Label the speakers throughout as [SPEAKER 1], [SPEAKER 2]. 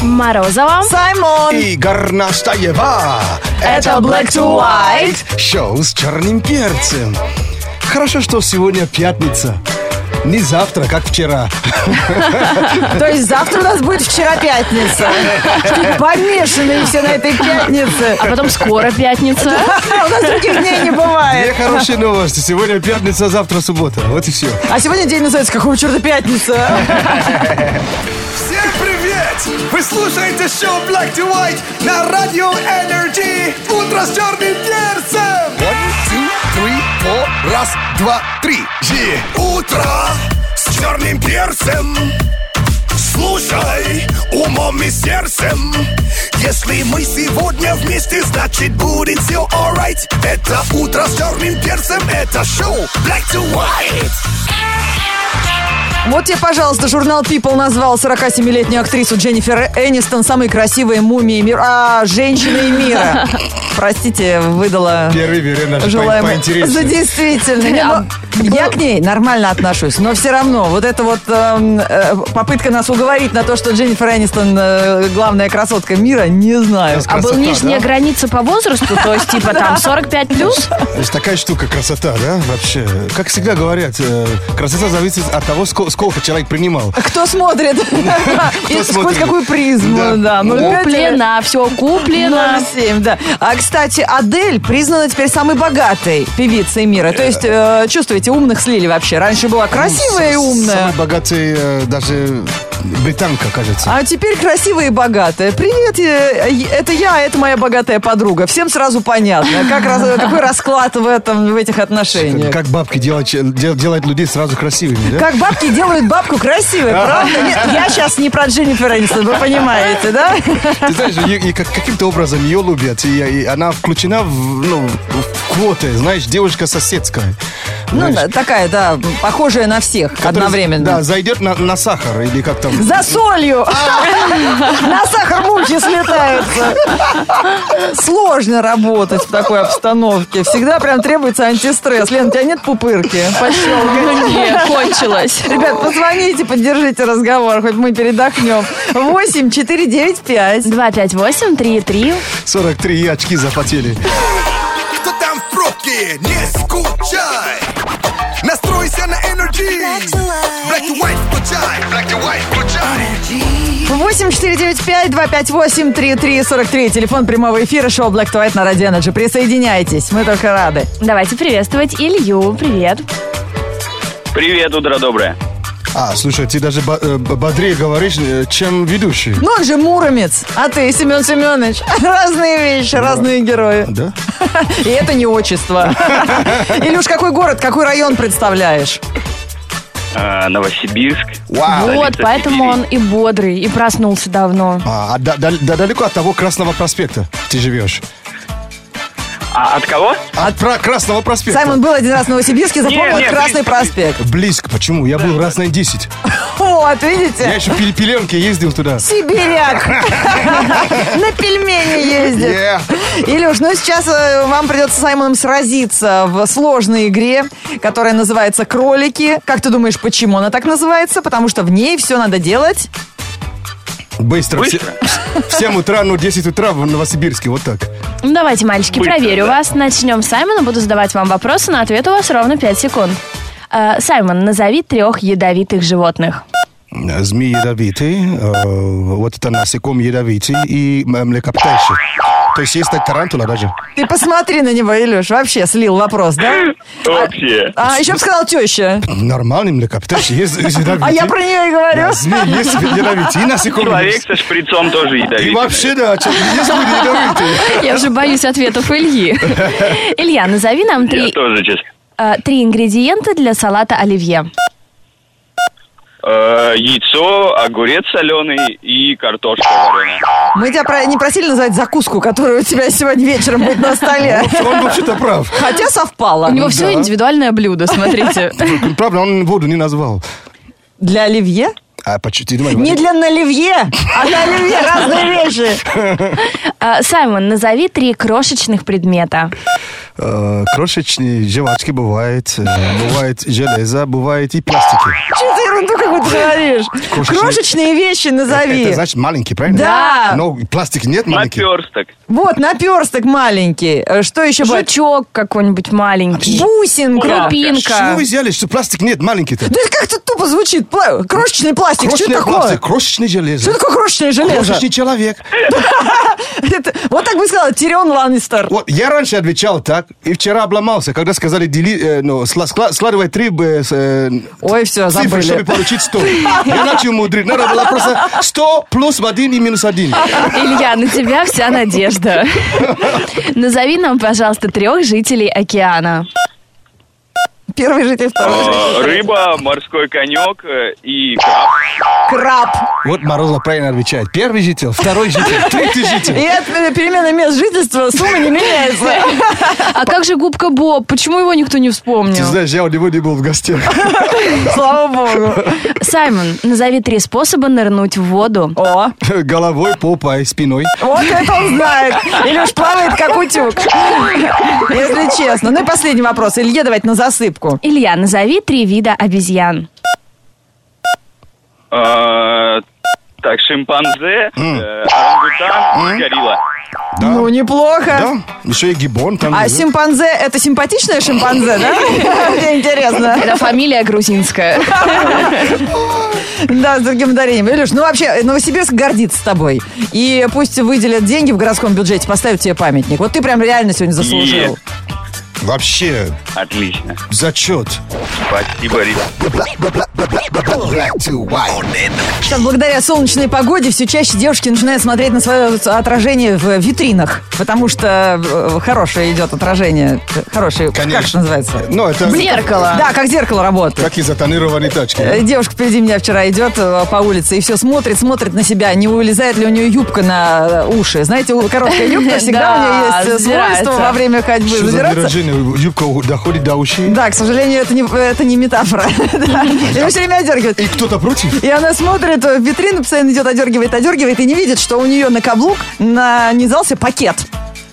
[SPEAKER 1] Морозова.
[SPEAKER 2] Саймон.
[SPEAKER 3] И Горнаштаева.
[SPEAKER 2] Это Black to White.
[SPEAKER 3] Шоу с черным перцем. Хорошо, что сегодня пятница. Не завтра, как вчера.
[SPEAKER 2] То есть завтра у нас будет вчера пятница. Чуть Помешанные все на этой пятнице.
[SPEAKER 1] А потом скоро пятница.
[SPEAKER 2] У нас других дней не
[SPEAKER 3] Две
[SPEAKER 2] бывает.
[SPEAKER 3] хорошие новости. Сегодня пятница, завтра суббота. Вот и все.
[SPEAKER 2] А сегодня день называется «Какого черта пятница?»
[SPEAKER 4] Всем привет! Вы слушаете шоу Black to White на радио Energy. Утро с черным перцем. One, two, three, four. Раз, два, три. Утро с черным перцем. Слушай умом и сердцем. Если мы сегодня вместе, значит будет все alright. Это утро с черным перцем. Это шоу Black to White.
[SPEAKER 2] Вот тебе, пожалуйста, журнал People назвал 47-летнюю актрису Дженнифер Энистон самой красивой мумией мира. А, женщиной мира. Простите, выдала
[SPEAKER 3] Первый верен наш по-
[SPEAKER 2] желаемое. Да,
[SPEAKER 3] поинтереснее.
[SPEAKER 2] действительно. Не, ну, Я к ней нормально отношусь, но все равно вот эта вот эм, э, попытка нас уговорить на то, что Дженнифер Энистон э, главная красотка мира, не знаю.
[SPEAKER 1] А был
[SPEAKER 3] Красота,
[SPEAKER 1] нижняя
[SPEAKER 3] да?
[SPEAKER 1] граница по возрасту, то есть типа там 45 плюс.
[SPEAKER 3] Это ж такая штука, красота, да, вообще. Как всегда говорят, э, красота зависит от того, ско- сколько человек принимал.
[SPEAKER 2] А Кто смотрит? И сквозь
[SPEAKER 3] смотрит?
[SPEAKER 2] какую призму,
[SPEAKER 3] Да.
[SPEAKER 2] да. Ну, опять же,
[SPEAKER 1] Куплено, все куплено.
[SPEAKER 2] 07, да. А, кстати, Адель признана теперь самой богатой певицей мира. То есть, э, чувствуете, умных слили вообще. Раньше была красивая и умная,
[SPEAKER 3] Самый богатый э, даже британка, кажется.
[SPEAKER 2] а теперь красивая и богатая. Привет, э, э, это я, это моя богатая подруга. Всем сразу понятно, как раз- э, какой расклад в этом, в этих отношениях.
[SPEAKER 3] Как бабки делать, че- дел- делать людей сразу красивыми, да?
[SPEAKER 2] Как бабки делают бабку красивой, правда? Нет, я сейчас не про Дженнифер Энистон, вы понимаете, да?
[SPEAKER 3] Ты знаешь, её- и как- каким-то образом ее любят, и, и она включена в, ну, в квоты, знаешь, девушка соседская.
[SPEAKER 2] Ну,
[SPEAKER 3] знаешь,
[SPEAKER 2] такая, да, похожая на всех
[SPEAKER 3] которая,
[SPEAKER 2] одновременно.
[SPEAKER 3] Да, зайдет на, на сахар или как там.
[SPEAKER 2] За солью! На сахар мухи слетаются. Сложно работать в такой обстановке. Всегда прям требуется антистресс. Лен, у тебя нет пупырки?
[SPEAKER 1] Ну, не, кончилось.
[SPEAKER 2] Ребят, позвоните, поддержите разговор, хоть мы передохнем. 8 4 9 5.
[SPEAKER 1] 258 33
[SPEAKER 3] 43 очки запотели.
[SPEAKER 4] Кто там в пробке? Не скучай! Настройся на энергии! Black to white включай! Black to white включай!
[SPEAKER 2] 8 4 9 5 2 5 8 3 3 43. Телефон прямого эфира шоу Black to White на Radio Energy. Присоединяйтесь, мы только рады.
[SPEAKER 1] Давайте приветствовать Илью. Привет.
[SPEAKER 5] Привет, утро доброе.
[SPEAKER 3] А, слушай, ты даже бо- э, бодрее говоришь, э, чем ведущий.
[SPEAKER 2] Ну, он же Муромец, а ты, Семен Семенович. Разные вещи, разные герои.
[SPEAKER 3] Да?
[SPEAKER 2] И это не отчество. Илюш, какой город, какой район представляешь?
[SPEAKER 5] А, Новосибирск. А,
[SPEAKER 1] Вот,
[SPEAKER 5] Столица
[SPEAKER 1] поэтому
[SPEAKER 5] Сибири.
[SPEAKER 1] он и бодрый, и проснулся давно.
[SPEAKER 3] А, а да- да- да- далеко от того Красного проспекта ты живешь.
[SPEAKER 5] А от кого?
[SPEAKER 3] От про- Красного проспекта.
[SPEAKER 2] Саймон был один раз в Новосибирске, запомнил
[SPEAKER 5] Не, не,
[SPEAKER 2] Красный
[SPEAKER 5] близко,
[SPEAKER 2] проспект.
[SPEAKER 3] Близко. Почему? Я был раз на 10.
[SPEAKER 2] Вот,
[SPEAKER 3] Я
[SPEAKER 2] видите?
[SPEAKER 3] еще в пеленке ездил туда.
[SPEAKER 2] Сибиряк. На пельмени ездит.
[SPEAKER 3] Yeah.
[SPEAKER 2] Илюш, ну сейчас э, вам придется с Саймоном сразиться в сложной игре, которая называется «Кролики». Как ты думаешь, почему она так называется? Потому что в ней все надо делать.
[SPEAKER 3] Быстро.
[SPEAKER 5] Быстро.
[SPEAKER 3] Все- В 7 утра, ну 10 утра в Новосибирске. Вот так.
[SPEAKER 1] Ну, давайте, мальчики,
[SPEAKER 5] Быстро,
[SPEAKER 1] проверю
[SPEAKER 5] да.
[SPEAKER 1] вас. Начнем с Саймона. Буду задавать вам вопросы, на ответ у вас ровно 5 секунд. Э, Саймон, назови трех ядовитых животных.
[SPEAKER 3] Э, Змеи ядовитые, э, вот это насекомые ядовитые и м- млекопитающие. То есть есть так тарантула даже.
[SPEAKER 2] Ты посмотри на него, Илюш, вообще слил вопрос, да?
[SPEAKER 5] Вообще.
[SPEAKER 2] А еще бы сказал теща.
[SPEAKER 3] Нормальный млекопитающий есть ядовитый.
[SPEAKER 2] А я про нее и говорю.
[SPEAKER 3] Да, Змеи есть ядовитые и насекомые.
[SPEAKER 5] Человек
[SPEAKER 3] есть.
[SPEAKER 5] со шприцом тоже
[SPEAKER 3] И
[SPEAKER 5] ядовит.
[SPEAKER 3] вообще, да, чё- есть люди ядовитые.
[SPEAKER 1] Я уже боюсь ответов Ильи. Илья, назови нам
[SPEAKER 5] Я
[SPEAKER 1] три,
[SPEAKER 5] тоже, честно.
[SPEAKER 1] э, три ингредиента для салата оливье.
[SPEAKER 5] Э, Яйцо, огурец соленый и картошка вареная.
[SPEAKER 2] Мы тебя про- не просили назвать закуску, которая у тебя сегодня вечером будет на столе.
[SPEAKER 3] Он вообще-то прав.
[SPEAKER 2] Хотя совпало.
[SPEAKER 1] У него все индивидуальное блюдо, смотрите.
[SPEAKER 3] Правда, он воду не назвал.
[SPEAKER 2] Для оливье?
[SPEAKER 3] А почему ты думаешь?
[SPEAKER 2] Не для наливье, а для оливье. Разные вещи.
[SPEAKER 1] А, Э, Саймон, назови три крошечных предмета.
[SPEAKER 3] э, крошечные жвачки бывает, э, бывает железо, бывает и пластики.
[SPEAKER 2] Что ты ерунду какую-то говоришь?
[SPEAKER 3] Крошечные-
[SPEAKER 2] Крошечные вещи назови.
[SPEAKER 3] Это значит маленький, правильно?
[SPEAKER 2] Да.
[SPEAKER 3] Но пластик нет маленький.
[SPEAKER 5] Наперсток.
[SPEAKER 2] Вот, наперсток маленький. Э, Что еще бывает?
[SPEAKER 1] Жучок какой-нибудь маленький.
[SPEAKER 2] Бусинка.
[SPEAKER 3] Что
[SPEAKER 1] Крупинка.
[SPEAKER 3] вы взяли, что пластик нет маленький-то?
[SPEAKER 2] Да это как-то тупо звучит. Пла- Крошечный пластик. что
[SPEAKER 3] Крошечный
[SPEAKER 2] это такое?
[SPEAKER 3] пластик, крошечное железо.
[SPEAKER 2] Что такое крошечное железо?
[SPEAKER 3] Крошечный человек.
[SPEAKER 2] Это- вот так бы сказала Тирион Ланнистер.
[SPEAKER 3] Вот я раньше отвечал так, и вчера обломался, когда сказали дели, э, ну, сла- скла- складывай три э, с, э,
[SPEAKER 2] Ой, все,
[SPEAKER 3] цифры, чтобы
[SPEAKER 2] забыли.
[SPEAKER 3] получить 100. Я начал мудрить. Надо было просто 100 плюс один и минус один.
[SPEAKER 1] Илья, на тебя вся надежда. Назови нам, пожалуйста, трех жителей океана.
[SPEAKER 2] Первый житель, второй житель.
[SPEAKER 5] Э, Рыба, морской конек э, и краб.
[SPEAKER 2] Краб.
[SPEAKER 3] Вот Морозов правильно отвечает. Первый житель, второй житель, третий
[SPEAKER 2] И
[SPEAKER 3] житель.
[SPEAKER 2] от э, перемены мест жительства сумма не меняется.
[SPEAKER 1] А как же губка Боб? Почему его никто не
[SPEAKER 3] Ты
[SPEAKER 1] вспомнил?
[SPEAKER 3] знаешь, я у него не был в гостях.
[SPEAKER 2] Слава богу.
[SPEAKER 1] Саймон, назови три способа нырнуть в воду.
[SPEAKER 2] О,
[SPEAKER 3] Головой, попой, спиной.
[SPEAKER 2] вот это он знает. Или уж плавает, как утюг. Если честно. Ну и последний вопрос. Илье давайте на засыпку.
[SPEAKER 1] Илья, назови три вида обезьян.
[SPEAKER 5] Э, Так, шимпанзе, э, орангутан и горилла.
[SPEAKER 3] Да.
[SPEAKER 2] Ну, неплохо.
[SPEAKER 3] Да, еще и гибон там.
[SPEAKER 2] А
[SPEAKER 3] лежит.
[SPEAKER 2] шимпанзе, это симпатичное шимпанзе, да? Мне интересно.
[SPEAKER 1] Это фамилия грузинская.
[SPEAKER 2] Да, с другим ударением. Илюш, ну вообще, Новосибирск гордится тобой. И пусть выделят деньги в городском бюджете, поставят тебе памятник. Вот ты прям реально сегодня заслужил.
[SPEAKER 5] Е.
[SPEAKER 3] Вообще,
[SPEAKER 5] Отлично.
[SPEAKER 3] зачет.
[SPEAKER 5] Спасибо, Рит.
[SPEAKER 2] Сейчас благодаря солнечной погоде все чаще девушки начинают смотреть на свое отражение в витринах. Потому что э, хорошее идет отражение. Хорошее, как это
[SPEAKER 3] Конечно.
[SPEAKER 2] называется?
[SPEAKER 3] Ну, это
[SPEAKER 1] Зеркало.
[SPEAKER 2] Да, как зеркало работает.
[SPEAKER 3] как и затонированные
[SPEAKER 2] Э,
[SPEAKER 3] тачки.
[SPEAKER 2] Девушка впереди меня вчера идет э, по улице и все смотрит, смотрит на себя, не вылезает ли у нее юбка на э, уши. Знаете, у- короткая юбка всегда
[SPEAKER 1] Да,
[SPEAKER 2] у нее есть э,
[SPEAKER 1] забирается.
[SPEAKER 2] свойство во время ходьбы
[SPEAKER 3] Что за
[SPEAKER 2] забираться.
[SPEAKER 3] Миражина? Юбка доходит до ушей.
[SPEAKER 2] Да, к сожалению, это не, это не метафора. Да. Ее все время одергивает.
[SPEAKER 3] И кто-то против?
[SPEAKER 2] И она смотрит э, в витрину, постоянно идет, одергивает, одергивает, и не видит, что у нее на каблук нанизался пакет.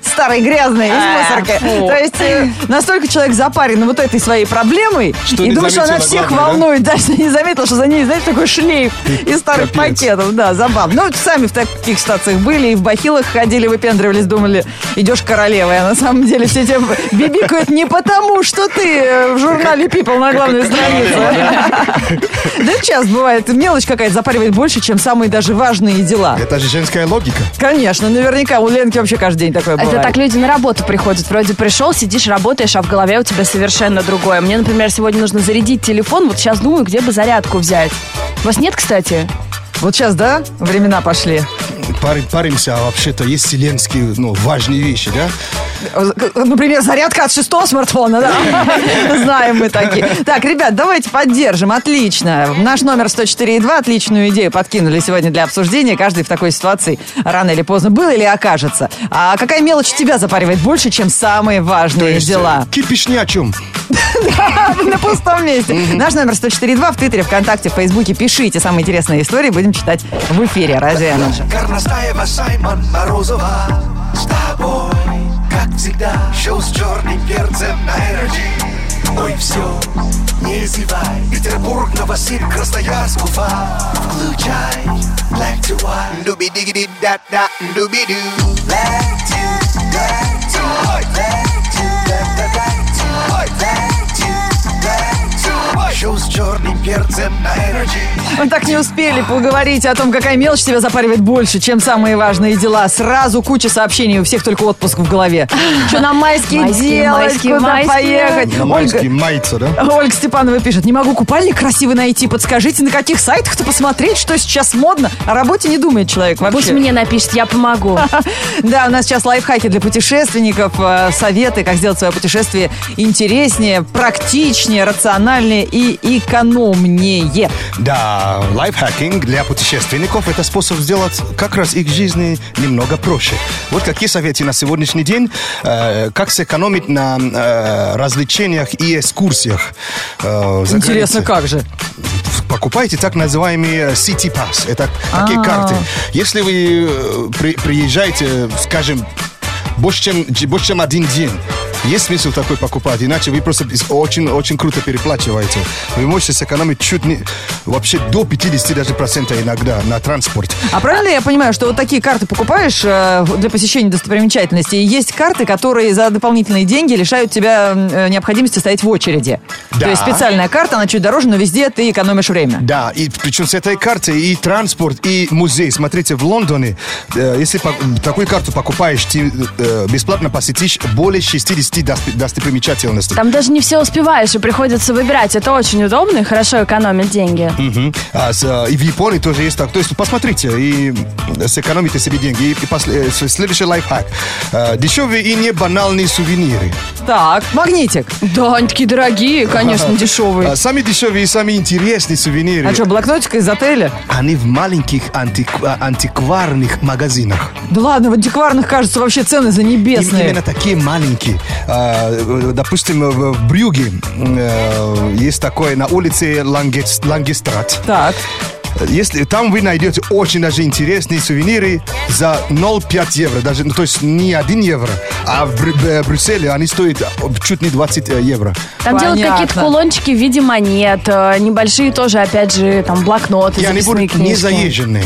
[SPEAKER 2] Старый, грязный, из
[SPEAKER 1] А,
[SPEAKER 2] мусорки.
[SPEAKER 1] фу.
[SPEAKER 2] То есть э, настолько человек запарен вот этой своей проблемой,
[SPEAKER 3] Что
[SPEAKER 2] и
[SPEAKER 3] не
[SPEAKER 2] думает, что она
[SPEAKER 3] заметила
[SPEAKER 2] всех
[SPEAKER 3] главное, да?
[SPEAKER 2] волнует, да, что не заметила, что за ней, знаете, такой шлейф из старых
[SPEAKER 3] Капец.
[SPEAKER 2] пакетов. Да, забавно. Ну, сами в таких ситуациях были, и в бахилах ходили, выпендривались, думали, идешь королевой, а на самом деле все тебя бибикают не потому, что ты э, в журнале People на главной странице. Да сейчас бывает, мелочь какая-то запаривает больше, чем самые даже важные дела.
[SPEAKER 3] Это же женская логика.
[SPEAKER 2] Конечно, наверняка у Ленки вообще каждый день такое бывает.
[SPEAKER 1] А Это так люди на работу приходят. Вроде пришел, сидишь, работаешь, а в голове у тебя совершенно другое. Мне, например, сегодня нужно зарядить телефон. Вот сейчас думаю, где бы зарядку взять. У вас нет, кстати?
[SPEAKER 2] Вот сейчас, да, времена пошли.
[SPEAKER 3] Пари- Паримся, а вообще-то есть вселенские, ну, важные вещи, да?
[SPEAKER 2] Например, зарядка от шестого смартфона, да? Знаем мы такие. Так, ребят, давайте поддержим. Отлично. Наш номер 104.2 отличную идею подкинули сегодня для обсуждения. Каждый в такой ситуации рано или поздно был или окажется. А какая мелочь тебя запаривает больше, чем самые
[SPEAKER 3] То
[SPEAKER 2] важные
[SPEAKER 3] есть,
[SPEAKER 2] дела?
[SPEAKER 3] э, Кипиш ни о чем.
[SPEAKER 2] на пустом месте. Наш номер 104.2 в Твиттере, ВКонтакте, в Фейсбуке. Пишите самые интересные истории, будем читать в эфире. Радио Energy.
[SPEAKER 4] Горностаева, Саймон Морозова С тобой, как всегда Шоу с черным перцем на Energy Ой, все, не зевай Петербург, Новосиб, Красноярск, Уфа Включай Black to white дуби диги да да дуби ду Black to, black to, black to, black to, black to, black to, black to. Шоу с черным перцем на Energy
[SPEAKER 2] Мы так не успели поговорить о том, какая мелочь тебя запаривает больше, чем самые важные дела. Сразу куча сообщений, у всех только отпуск в голове. Что нам майские,
[SPEAKER 1] Майские,
[SPEAKER 2] делать,
[SPEAKER 1] майские,
[SPEAKER 2] куда
[SPEAKER 1] майские.
[SPEAKER 2] поехать?
[SPEAKER 3] На майские
[SPEAKER 2] Ольга,
[SPEAKER 3] майца, да?
[SPEAKER 2] Ольга Степанова пишет, не могу купальник красивый найти, подскажите, на каких сайтах-то посмотреть, что сейчас модно. О работе не думает человек вообще.
[SPEAKER 1] Пусть мне напишет, я помогу.
[SPEAKER 2] Да, у нас сейчас лайфхаки для путешественников, э, советы, как сделать свое путешествие интереснее, практичнее, рациональнее и экономнее.
[SPEAKER 3] Да, лайфхакинг для путешественников – это способ сделать как раз их жизни немного проще. Вот какие советы на сегодняшний день, э, как сэкономить на э, развлечениях и экскурсиях. э, за
[SPEAKER 2] Интересно,
[SPEAKER 3] границей.
[SPEAKER 2] как же?
[SPEAKER 3] покупаете так называемый City Pass. Это такие карты. Если вы э, при- приезжаете, скажем, больше чем, больше чем один день, Есть смысл такой покупать, иначе вы просто очень-очень круто переплачиваете. Вы можете сэкономить чуть не... Вообще до 50 даже процентов иногда на транспорт.
[SPEAKER 2] А правильно я понимаю, что вот такие карты покупаешь э, для посещения достопримечательностей, и есть карты, которые за дополнительные деньги лишают тебя э, необходимости стоять в очереди.
[SPEAKER 3] Да.
[SPEAKER 2] То есть специальная карта, она чуть дороже, но везде ты экономишь время.
[SPEAKER 3] Да, и причем с этой картой и транспорт, и музей. Смотрите, в Лондоне, э, если по- такую карту покупаешь, ты э, бесплатно посетишь более 60 дости- достопримечательностей.
[SPEAKER 1] Там даже не все успеваешь, и приходится выбирать. Это очень удобно и хорошо экономит деньги.
[SPEAKER 3] Мгм. А с, э, и в Японии тоже есть так. То есть посмотрите и сэкономите себе деньги. И, и после- э, следующий лайфхак. Э, Дешевые и не банальные сувениры.
[SPEAKER 2] Так, магнитик.
[SPEAKER 1] Да, они такие дорогие, конечно, дешевые.
[SPEAKER 3] А Самые дешевые и самые интересные сувениры.
[SPEAKER 2] А что, блокнотик из отеля?
[SPEAKER 3] Они в маленьких антик- а, антикварных магазинах.
[SPEAKER 2] Да ладно, в антикварных, кажется, вообще цены за
[SPEAKER 3] Им-
[SPEAKER 2] небесные.
[SPEAKER 3] Именно такие маленькие. А, э, Допустим, э, в Брюге э, есть такое на улице Лангес- Лангестрат.
[SPEAKER 2] Так,
[SPEAKER 3] Если там вы найдете очень даже интересные сувениры за 0,5 евро, даже, ну, то есть не 1 евро, а в Брю- э, Брюсселе они стоят чуть не 20 э, евро.
[SPEAKER 1] Там делают
[SPEAKER 2] понятно.
[SPEAKER 1] какие-то кулончики в виде монет, э, небольшие тоже, опять же, там блокноты,
[SPEAKER 3] И они
[SPEAKER 1] записные
[SPEAKER 3] будут не
[SPEAKER 1] книжки.
[SPEAKER 3] заезженные.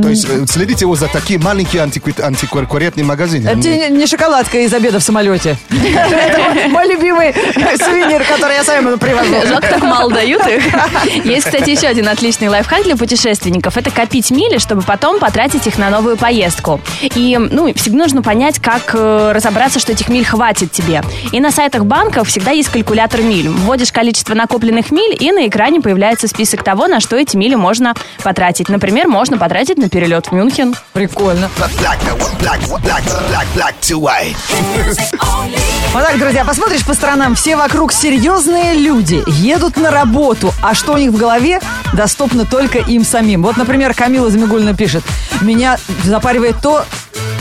[SPEAKER 3] То есть э, следите вот за такие маленькие антикви- антиквариатные магазины.
[SPEAKER 2] это тебе не- не шоколадка из обеда в самолете. Это мой любимый сувенир, который я сам привожу.
[SPEAKER 1] Жалко, так мало дают их. Есть, кстати, еще один отличный лайфхак для путешественников. Это копить мили, чтобы потом потратить их на новую поездку. И, ну, всегда нужно понять, как э, разобраться, что этих миль хватит тебе. И на сайтах банков всегда есть калькулятор миль. Вводишь количество накопленных миль, и на экране появляется список того, на что эти мили можно потратить. Например, можно потратить на перелет в Мюнхен.
[SPEAKER 2] Прикольно.
[SPEAKER 4] Black, black, black, black, black to white.
[SPEAKER 2] Вот А так, друзья, посмотришь по сторонам, все вокруг серьезные люди, едут на работу, а что у них в голове, доступно только им самим. Вот, например, Камила Замигульна пишет, меня запаривает то,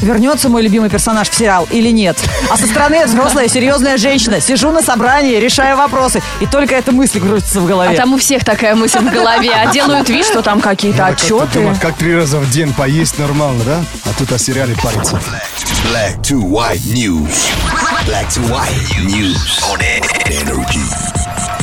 [SPEAKER 2] вернется мой любимый персонаж в сериал или нет. А со стороны я взрослая, серьезная женщина, сижу на собрании, решаю вопросы, и только эта мысль крутится в
[SPEAKER 1] А
[SPEAKER 2] голове.
[SPEAKER 1] там у всех такая мысль в голове. А делают вид, что там какие-то
[SPEAKER 3] Надо как-то
[SPEAKER 1] отчеты.
[SPEAKER 3] думать, как три раза в день поесть нормально, да? А тут о сериале париться.
[SPEAKER 4] Black to white news. Black to white news on energy.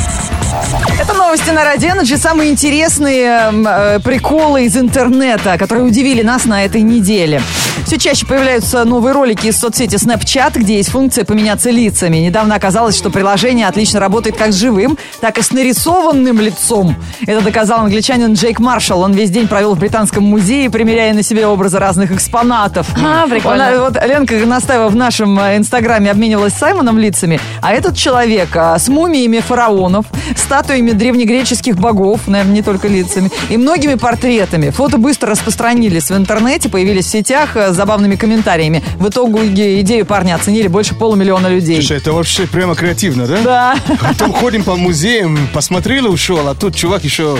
[SPEAKER 2] Это новости на Радио Energy, самые интересные м, э, приколы из интернета, которые удивили нас на этой неделе. Все чаще появляются новые ролики из соцсети Snapchat, где есть функция поменяться лицами. Недавно оказалось, что приложение отлично работает как с живым, так и с нарисованным лицом. Это доказал англичанин Джейк Маршалл. Он весь день провел в Британском музее, примеряя на себе образы разных экспонатов.
[SPEAKER 1] А, прикольно.
[SPEAKER 2] Он, э, вот Ленка Настаева в нашем э, инстаграме обменивалась с Саймоном лицами, а этот человек а, с мумиями фараонов, статуями древнегреческих богов, наверное, не только лицами, и многими портретами. Фото быстро распространились в интернете, появились в сетях э, с забавными комментариями. В итоге идею парня оценили больше полумиллиона людей.
[SPEAKER 3] Слушай, это вообще прямо креативно, да?
[SPEAKER 2] Да.
[SPEAKER 3] Потом ходим по музеям, посмотрели, ушел, а тут чувак еще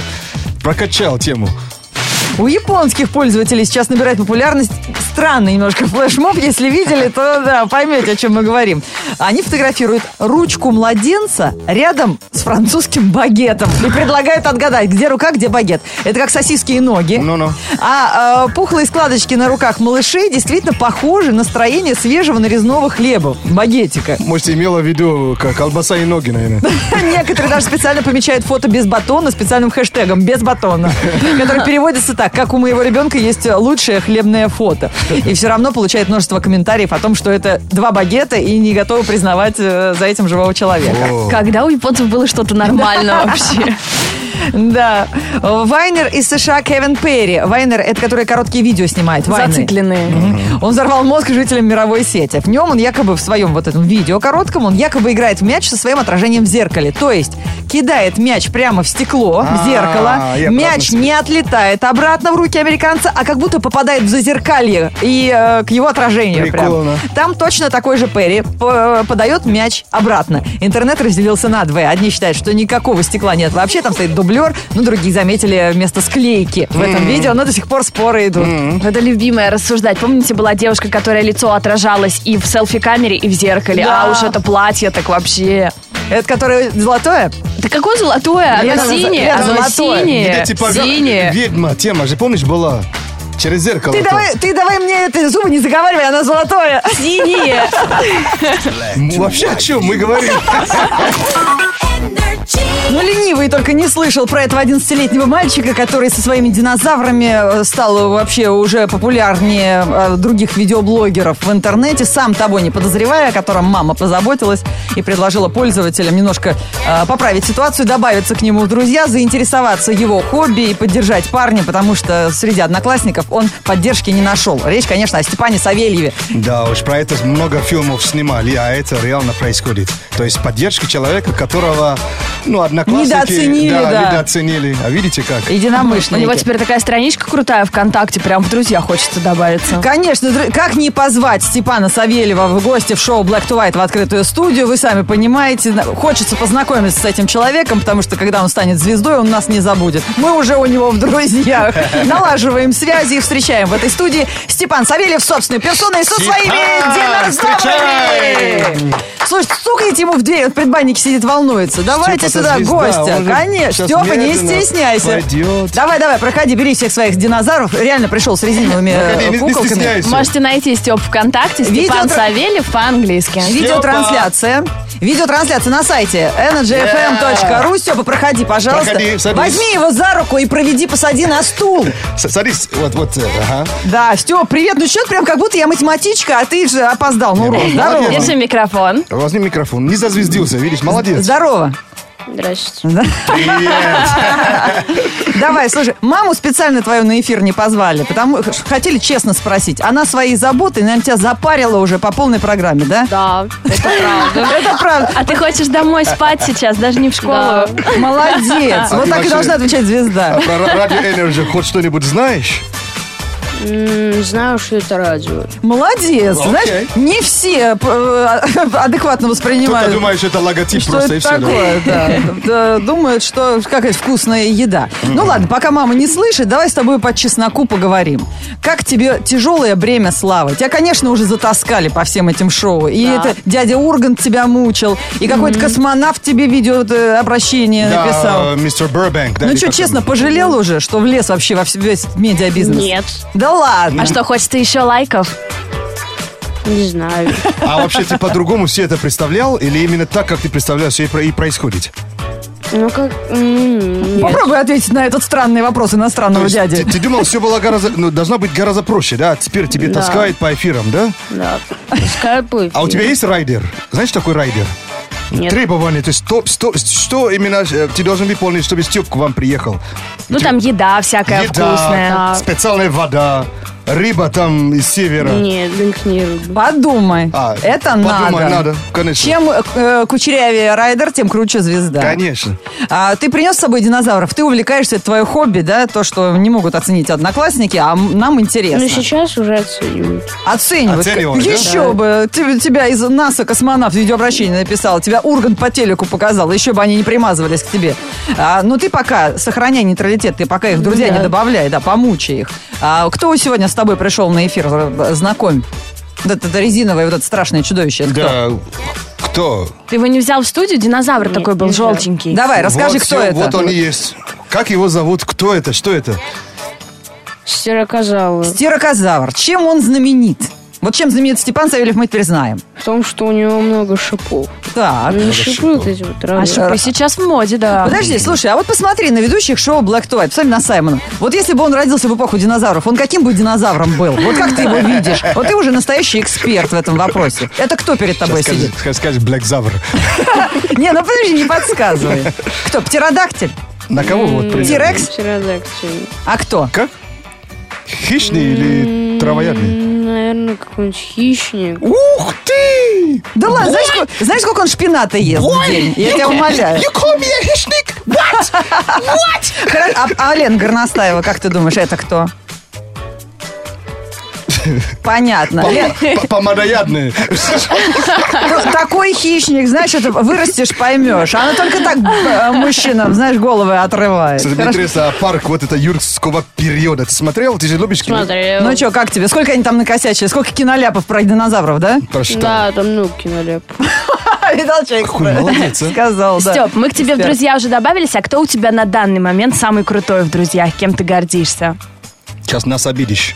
[SPEAKER 3] прокачал тему.
[SPEAKER 2] У японских пользователей сейчас набирает популярность странный немножко флешмоб. Если видели, то да, поймете, о чем мы говорим. Они фотографируют ручку младенца рядом с французским багетом и предлагают отгадать, где рука, где багет. Это как сосиски и ноги.
[SPEAKER 3] Ну-ну.
[SPEAKER 2] А э, пухлые складочки на руках малышей действительно похожи на строение свежего нарезного хлеба, багетика.
[SPEAKER 3] Может, имела в виду как колбаса и ноги, наверное.
[SPEAKER 2] Некоторые даже специально помечают фото без батона специальным хэштегом «без батона», который переводится так, как у моего ребенка есть лучшее хлебное фото. И все равно получает множество комментариев о том, что это два багета и не готовы признавать э, за этим живого человека.
[SPEAKER 1] Когда у японцев было что-то нормальное вообще?
[SPEAKER 2] Да. Вайнер из США Кевин Перри. Вайнер — это который короткие видео снимает. Вайны.
[SPEAKER 1] Зацикленные.
[SPEAKER 2] Он взорвал мозг жителям мировой сети. В нем он якобы в своем вот этом видео коротком, он якобы играет в мяч со своим отражением в зеркале. То есть кидает мяч прямо в стекло, в
[SPEAKER 3] А, и
[SPEAKER 2] зеркало.
[SPEAKER 3] обратно
[SPEAKER 2] Мяч
[SPEAKER 3] себе.
[SPEAKER 2] не отлетает обратно в руки американца, а как будто попадает в зазеркалье и э, к его отражению. прям.
[SPEAKER 3] Прикольно.
[SPEAKER 2] Там точно такой же Перри п- подает мяч обратно. Интернет разделился на двое. Одни считают, что никакого стекла нет вообще, там стоит дублер, но другие заметили вместо склейки в этом видео, но до сих пор споры идут.
[SPEAKER 1] Это любимое рассуждать. Помните, была девушка, которая лицо отражалось и в селфи-камере, и в зеркале.
[SPEAKER 2] Да.
[SPEAKER 1] А уж это платье так вообще.
[SPEAKER 2] Это которое золотое?
[SPEAKER 1] Да какое золотое? Оно
[SPEAKER 2] Лето-
[SPEAKER 1] синее.
[SPEAKER 2] лето
[SPEAKER 1] Оно
[SPEAKER 2] золотое.
[SPEAKER 1] синее.
[SPEAKER 3] Это типа
[SPEAKER 1] Синее.
[SPEAKER 3] ведьма, тема же, помнишь, была? через зеркало.
[SPEAKER 2] Ты
[SPEAKER 3] то.
[SPEAKER 2] давай, ты давай мне это зубы не заговаривай, она золотое.
[SPEAKER 1] Синие.
[SPEAKER 3] М, Вообще о чем мы говорим?
[SPEAKER 2] Ну, ленивый только не слышал про этого 11-летнего мальчика, который со своими динозаврами э, стал вообще уже популярнее э, других видеоблогеров в интернете, сам того не подозревая, о котором мама позаботилась и предложила пользователям немножко э, поправить ситуацию, добавиться к нему в друзья, заинтересоваться его хобби и поддержать парня, потому что среди одноклассников он поддержки не нашел. Речь, конечно, о Степане Савельеве.
[SPEAKER 3] Да уж, про это много фильмов снимали, а это реально происходит. То есть поддержка человека, которого, ну, одноклассники...
[SPEAKER 2] Недооценили, да.
[SPEAKER 3] недооценили. А видите как?
[SPEAKER 1] У
[SPEAKER 2] Единомышленники.
[SPEAKER 1] него теперь такая страничка крутая ВКонтакте, прям в друзья хочется добавиться.
[SPEAKER 2] Конечно, дру- как не позвать Степана Савельева в гости в шоу Black to White в открытую студию, вы сами понимаете, на- хочется познакомиться с этим человеком, потому что когда он станет звездой, он нас не забудет. Мы уже у него в друзьях. Налаживаем связи и встречаем в этой студии Степан Савельев собственной персоной со своими
[SPEAKER 3] Степан,
[SPEAKER 2] динозаврами.
[SPEAKER 3] встречай!
[SPEAKER 2] Слушай, стукните ему в дверь, он в предбаннике сидит, волнуется. Давайте
[SPEAKER 3] Степа-то
[SPEAKER 2] сюда
[SPEAKER 3] звезда,
[SPEAKER 2] гостя.
[SPEAKER 3] он же
[SPEAKER 2] Конечно,
[SPEAKER 3] щас
[SPEAKER 2] Степа, не
[SPEAKER 3] медленно
[SPEAKER 2] стесняйся.
[SPEAKER 3] пойдет.
[SPEAKER 2] Давай, давай, проходи, бери всех своих динозавров. Реально пришел с резиновыми
[SPEAKER 3] Погоди,
[SPEAKER 2] э,
[SPEAKER 3] не- не
[SPEAKER 2] куколками.
[SPEAKER 3] стесняйся.
[SPEAKER 1] Можете найти Степ ВКонтакте, Степан
[SPEAKER 2] Видео-
[SPEAKER 1] Савельев по-английски.
[SPEAKER 2] Видеотрансляция. Видеотрансляция на сайте energyfm.ru. Степа, проходи, пожалуйста.
[SPEAKER 3] Проходи, садись.
[SPEAKER 2] Возьми его за руку и проведи, посади на стул.
[SPEAKER 3] С- Садись, вот, вот, э, ага.
[SPEAKER 2] Да, Степ, привет. Ну, счет прям как будто я математичка, а ты же опоздал на урок. Здорово.
[SPEAKER 1] Держи микрофон.
[SPEAKER 3] Возьми микрофон. Не зазвездился, видишь, молодец. э,
[SPEAKER 2] Здорово.
[SPEAKER 1] Здравствуйте.
[SPEAKER 2] Да. Давай, слушай, маму специально твою на эфир не позвали, потому ш- хотели честно спросить. Она своей заботой, наверное, тебя запарила уже по полной программе, да?
[SPEAKER 6] Да, это правда.
[SPEAKER 2] Это правда.
[SPEAKER 1] А ты хочешь домой спать сейчас, даже не в школу?
[SPEAKER 6] Да.
[SPEAKER 2] Молодец.
[SPEAKER 3] А
[SPEAKER 2] Вот так
[SPEAKER 3] ты
[SPEAKER 2] и
[SPEAKER 3] вообще-
[SPEAKER 2] должна отвечать
[SPEAKER 3] А
[SPEAKER 2] звезда.
[SPEAKER 3] про ра- радио Energy хоть что-нибудь знаешь?
[SPEAKER 6] М, Знаю, что это радио.
[SPEAKER 2] Молодец.
[SPEAKER 3] Окей.
[SPEAKER 2] Знаешь, не все э, адекватно
[SPEAKER 3] Кто-то
[SPEAKER 2] воспринимают.
[SPEAKER 3] думает, что это логотип
[SPEAKER 2] Что
[SPEAKER 3] просто и
[SPEAKER 2] это
[SPEAKER 3] все. да.
[SPEAKER 2] такое, да. Да, Думают, что какая-то вкусная еда. Ну ладно, пока мама не слышит, давай с тобой по чесноку поговорим. Как тебе тяжелое бремя славы? Тебя, конечно, уже затаскали по всем этим шоу. И это дядя Ургант тебя мучил, и какой-то космонавт тебе видео э, обращение
[SPEAKER 3] Да,
[SPEAKER 2] написал.
[SPEAKER 3] э, мистер Бербанк. да,
[SPEAKER 2] Ну
[SPEAKER 3] или
[SPEAKER 2] что,
[SPEAKER 3] как
[SPEAKER 2] честно,
[SPEAKER 3] он?
[SPEAKER 2] пожалел уже, что влез вообще во вс- весь медиабизнес?
[SPEAKER 6] Нет,
[SPEAKER 2] Да ладно.
[SPEAKER 1] А
[SPEAKER 3] Ну,
[SPEAKER 1] что, хочется еще лайков?
[SPEAKER 6] не знаю.
[SPEAKER 3] А вообще ты по-другому все это представлял? Или именно так, как ты представлял, все и про- и происходит?
[SPEAKER 6] Ну как... м, нет.
[SPEAKER 2] Попробуй ответить на этот странный вопрос
[SPEAKER 3] То
[SPEAKER 2] иностранного
[SPEAKER 3] есть
[SPEAKER 2] дяди.
[SPEAKER 3] Ты, ты думал, все было гораздо, ну, должно быть гораздо проще, да? А Теперь тебе
[SPEAKER 6] Да.
[SPEAKER 3] таскает по эфирам, да?
[SPEAKER 6] Да, пускай будет.
[SPEAKER 3] А у тебя есть райдер? Знаешь, что такой райдер?
[SPEAKER 6] Нет.
[SPEAKER 3] Требования, то есть топ, сто- что именно э, ты должен выполнить, чтобы Степ к вам приехал?
[SPEAKER 1] Ну, там еда всякая
[SPEAKER 3] Еда,
[SPEAKER 1] вкусная.
[SPEAKER 3] специальная вода, рыба там из севера.
[SPEAKER 6] Нет, дынк не рыба.
[SPEAKER 2] Подумай.
[SPEAKER 3] А,
[SPEAKER 2] это
[SPEAKER 3] подумай,
[SPEAKER 2] надо.
[SPEAKER 3] надо, конечно.
[SPEAKER 2] Чем э, кучерявее райдер, тем круче звезда.
[SPEAKER 3] Конечно.
[SPEAKER 2] А, ты принес с собой динозавров, ты увлекаешься, это твое хобби, да, то, что не могут оценить одноклассники, а м- нам интересно.
[SPEAKER 6] Ну сейчас уже оценивают.
[SPEAKER 2] Оценивают.
[SPEAKER 3] Оценивают, да?
[SPEAKER 2] Еще бы. Тебе- тебя из НАСА космонавт видеообращение написал, тебя Ургант по телеку показал, еще бы они не примазывались к тебе. А, но ты пока сохраняй нейтралитет, ты пока их в друзья не добавляй, да, помучай их. А, кто сегодня с тобой пришел на эфир, э, знакомь? Вот это, это резиновое, вот это страшное чудовище. это кто?
[SPEAKER 3] Да. Кто?
[SPEAKER 1] Ты его не взял в студию? Динозавр такой был,
[SPEAKER 6] не взял.
[SPEAKER 1] желтенький.
[SPEAKER 2] Давай, расскажи,
[SPEAKER 3] Вот
[SPEAKER 2] кто
[SPEAKER 3] всё,
[SPEAKER 2] это.
[SPEAKER 3] Вот он и есть. Как его зовут? Кто это? Что это?
[SPEAKER 6] Стероказала.
[SPEAKER 2] Стерокозавр. Чем он знаменит? Вот чем знаменит Степан Савельев, мы теперь знаем.
[SPEAKER 6] В том, что у него много шипов.
[SPEAKER 2] Так.
[SPEAKER 6] Ну, не шипы вот эти вот
[SPEAKER 1] А
[SPEAKER 6] разные.
[SPEAKER 1] шипы сейчас в моде, да.
[SPEAKER 2] Подожди, слушай, а вот посмотри на ведущих шоу Black to White, посмотри на Саймона. Вот если бы он родился в эпоху динозавров, он каким бы динозавром был? Вот как ты его видишь? Вот ты уже настоящий эксперт в этом вопросе. Это кто перед тобой
[SPEAKER 3] Скажи,
[SPEAKER 2] сидит?
[SPEAKER 3] скажи, Блэкзавр.
[SPEAKER 2] Не, ну подожди, не подсказывай. Кто, птеродактиль?
[SPEAKER 3] На кого вот примерно?
[SPEAKER 2] Тирекс?
[SPEAKER 6] Птеродактиль.
[SPEAKER 2] А кто?
[SPEAKER 3] Как? Хищный или травоядный?
[SPEAKER 6] Наверное, какой-нибудь хищник.
[SPEAKER 3] Ух ты!
[SPEAKER 2] Да ладно, знаешь, сколько- знаешь, сколько он шпината ест в день? Я тебя умоляю.
[SPEAKER 3] call me a хищник?
[SPEAKER 2] Хоро- А, а Лен Горностаева, как ты думаешь, это кто? Понятно. Лен,
[SPEAKER 3] Помадоядный.
[SPEAKER 2] ну, такой хищник, знаешь, это вырастешь, поймешь. Она только так э, мужчинам, знаешь, головы отрывает.
[SPEAKER 3] Слушай, мне
[SPEAKER 2] Хорошо.
[SPEAKER 3] интересно, а парк вот это юрского периода. Ты смотрел? Ты же любишь кино?
[SPEAKER 6] Смотрел.
[SPEAKER 2] Ну что, как тебе? Сколько они там накосячили? Сколько киноляпов про динозавров, да?
[SPEAKER 3] Прочитал.
[SPEAKER 6] Да, там ну кинолеп.
[SPEAKER 2] Видал человек?
[SPEAKER 3] Какой молодец, а?
[SPEAKER 2] Сказал, да.
[SPEAKER 1] Степ, мы к тебе в
[SPEAKER 2] Эксперт.
[SPEAKER 1] друзья уже добавились, а кто у тебя на данный момент самый крутой в друзьях, кем ты гордишься?
[SPEAKER 3] Сейчас нас обидишь.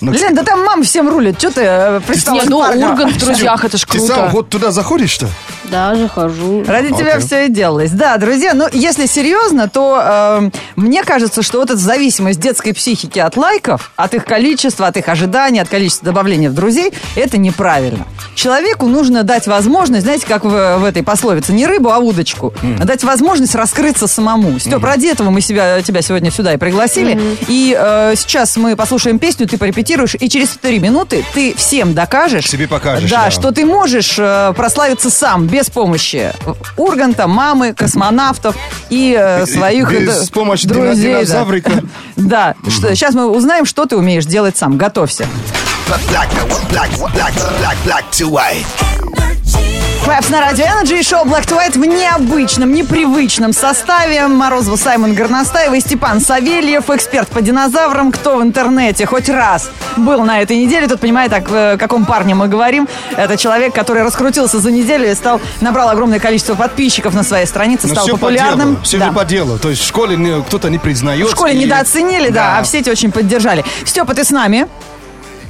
[SPEAKER 3] Ну,
[SPEAKER 2] Лен, да там мам всем рулит. Что ты э, пристала
[SPEAKER 1] Не,
[SPEAKER 2] к
[SPEAKER 1] ну,
[SPEAKER 2] парню?
[SPEAKER 1] Ургант в друзьях, это ж
[SPEAKER 3] Ты сам
[SPEAKER 1] круто.
[SPEAKER 3] вот туда заходишь-то?
[SPEAKER 6] Да, захожу.
[SPEAKER 2] Ради тебя
[SPEAKER 3] А, Окей.
[SPEAKER 2] все и делалось. Да, друзья, ну если серьезно, то эм, мне кажется, что вот эта зависимость детской психики от лайков, от их количества, от их ожиданий, от количества добавления в друзей, это неправильно. Человеку нужно дать возможность, знаете, как в, в этой пословице, не рыбу, а удочку, а дать возможность раскрыться самому. Степ, ради этого мы себя, тебя сегодня сюда и пригласили. И э, сейчас мы послушаем песню, ты порепетируешь, и через 4 минуты ты всем докажешь.
[SPEAKER 3] Себе покажешь,
[SPEAKER 2] Да,
[SPEAKER 3] да.
[SPEAKER 2] что ты можешь э, прославиться сам, без помощи Урганта, мамы, космонавтов и э, своих э,
[SPEAKER 3] Без
[SPEAKER 2] д-
[SPEAKER 3] помощи
[SPEAKER 2] друзей. да.
[SPEAKER 3] динозаврика.
[SPEAKER 2] Да, что, сейчас мы узнаем, что ты умеешь делать сам. Готовься.
[SPEAKER 4] Black, black, black, black, black to white.
[SPEAKER 2] Фэпс на радио Energy и шоу Black to White в необычном, непривычном составе. Морозова Саймон Горностаева и Степан Савельев, эксперт по динозаврам. Кто в интернете хоть раз был на этой неделе, тот понимает, о к- э, каком парне мы говорим. Это человек, который раскрутился за неделю и стал, набрал огромное количество подписчиков на своей странице,
[SPEAKER 3] Ну,
[SPEAKER 2] стал
[SPEAKER 3] всё По
[SPEAKER 2] популярным.
[SPEAKER 3] делу, все
[SPEAKER 2] Да.
[SPEAKER 3] же по делу. То есть в школе не- кто-то не признает.
[SPEAKER 2] В школе
[SPEAKER 3] и-
[SPEAKER 2] недооценили, да, а в сети очень поддержали. Степа, ты с нами?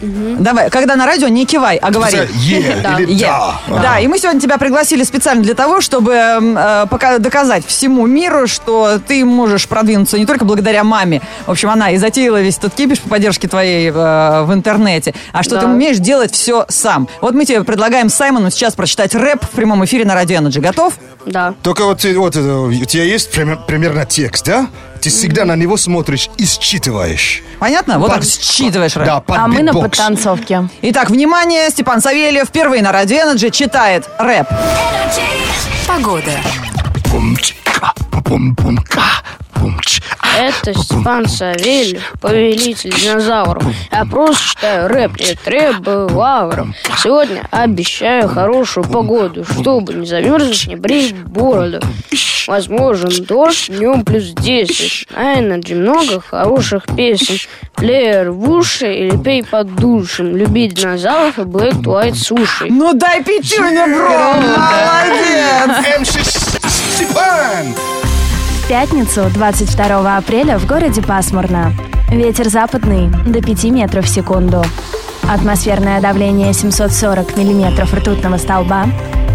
[SPEAKER 2] Давай, когда на радио не кивай, а говори.
[SPEAKER 3] Е
[SPEAKER 6] Да.
[SPEAKER 3] или
[SPEAKER 2] Е.
[SPEAKER 3] да.
[SPEAKER 2] Да, и мы сегодня тебя пригласили специально для того, чтобы эм, э, пока доказать всему миру, что ты можешь продвинуться не только благодаря маме. В общем, она и затеяла весь этот кипиш по поддержке твоей э, в интернете, а что
[SPEAKER 6] Да.
[SPEAKER 2] ты умеешь делать все сам. Вот мы тебе предлагаем с Саймону сейчас прочитать рэп в прямом эфире на радио Energy. Готов?
[SPEAKER 6] Да.
[SPEAKER 3] Только вот, ты- вот э, у тебя есть прим- примерно текст, да? Ты всегда на него смотришь и считываешь.
[SPEAKER 2] Понятно? Вот
[SPEAKER 3] Под-
[SPEAKER 2] так считываешь рэп.
[SPEAKER 3] Да, под
[SPEAKER 1] А мы на
[SPEAKER 3] битбокс.
[SPEAKER 1] подтанцовке.
[SPEAKER 2] Итак, внимание, Степан Савельев впервые на радио Energy читает рэп.
[SPEAKER 7] Погода.
[SPEAKER 4] Пумчика, пум-пумка, пумч.
[SPEAKER 6] Это Степан Савельев, повелитель динозавров. Я просто читаю рэп, я требую лавра. Сегодня обещаю хорошую погоду, чтобы не замерзнуть, не брить бороду. Возможен дождь, днем плюс 10. На Energy много хороших песен. Плеер в уши или пей под душем. Люби динозавров и Black to White суши.
[SPEAKER 2] Ну дай пятюню, бро! Молодец!
[SPEAKER 3] МС Степан!
[SPEAKER 1] В пятницу, 22 апреля, в городе пасмурно. Ветер западный до 5 метров в секунду. Атмосферное давление 740 миллиметров ртутного столба.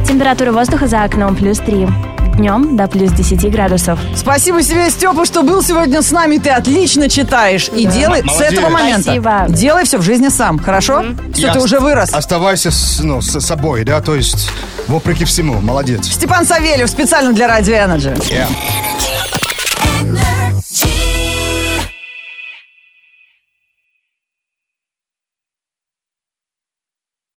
[SPEAKER 1] Температура воздуха за окном плюс 3. Днем до плюс 10 градусов.
[SPEAKER 2] Спасибо себе, Степа, что был сегодня с нами. Ты отлично читаешь. И делай
[SPEAKER 3] Молодец.
[SPEAKER 2] с этого момента.
[SPEAKER 1] Спасибо.
[SPEAKER 2] Делай все в жизни сам, хорошо? Все, ты
[SPEAKER 3] Ясно.
[SPEAKER 2] уже вырос.
[SPEAKER 3] Оставайся с, ну, с собой, да? То есть, вопреки всему, молодец.
[SPEAKER 2] Степан Савельев специально для Радио Energy.
[SPEAKER 3] Yeah.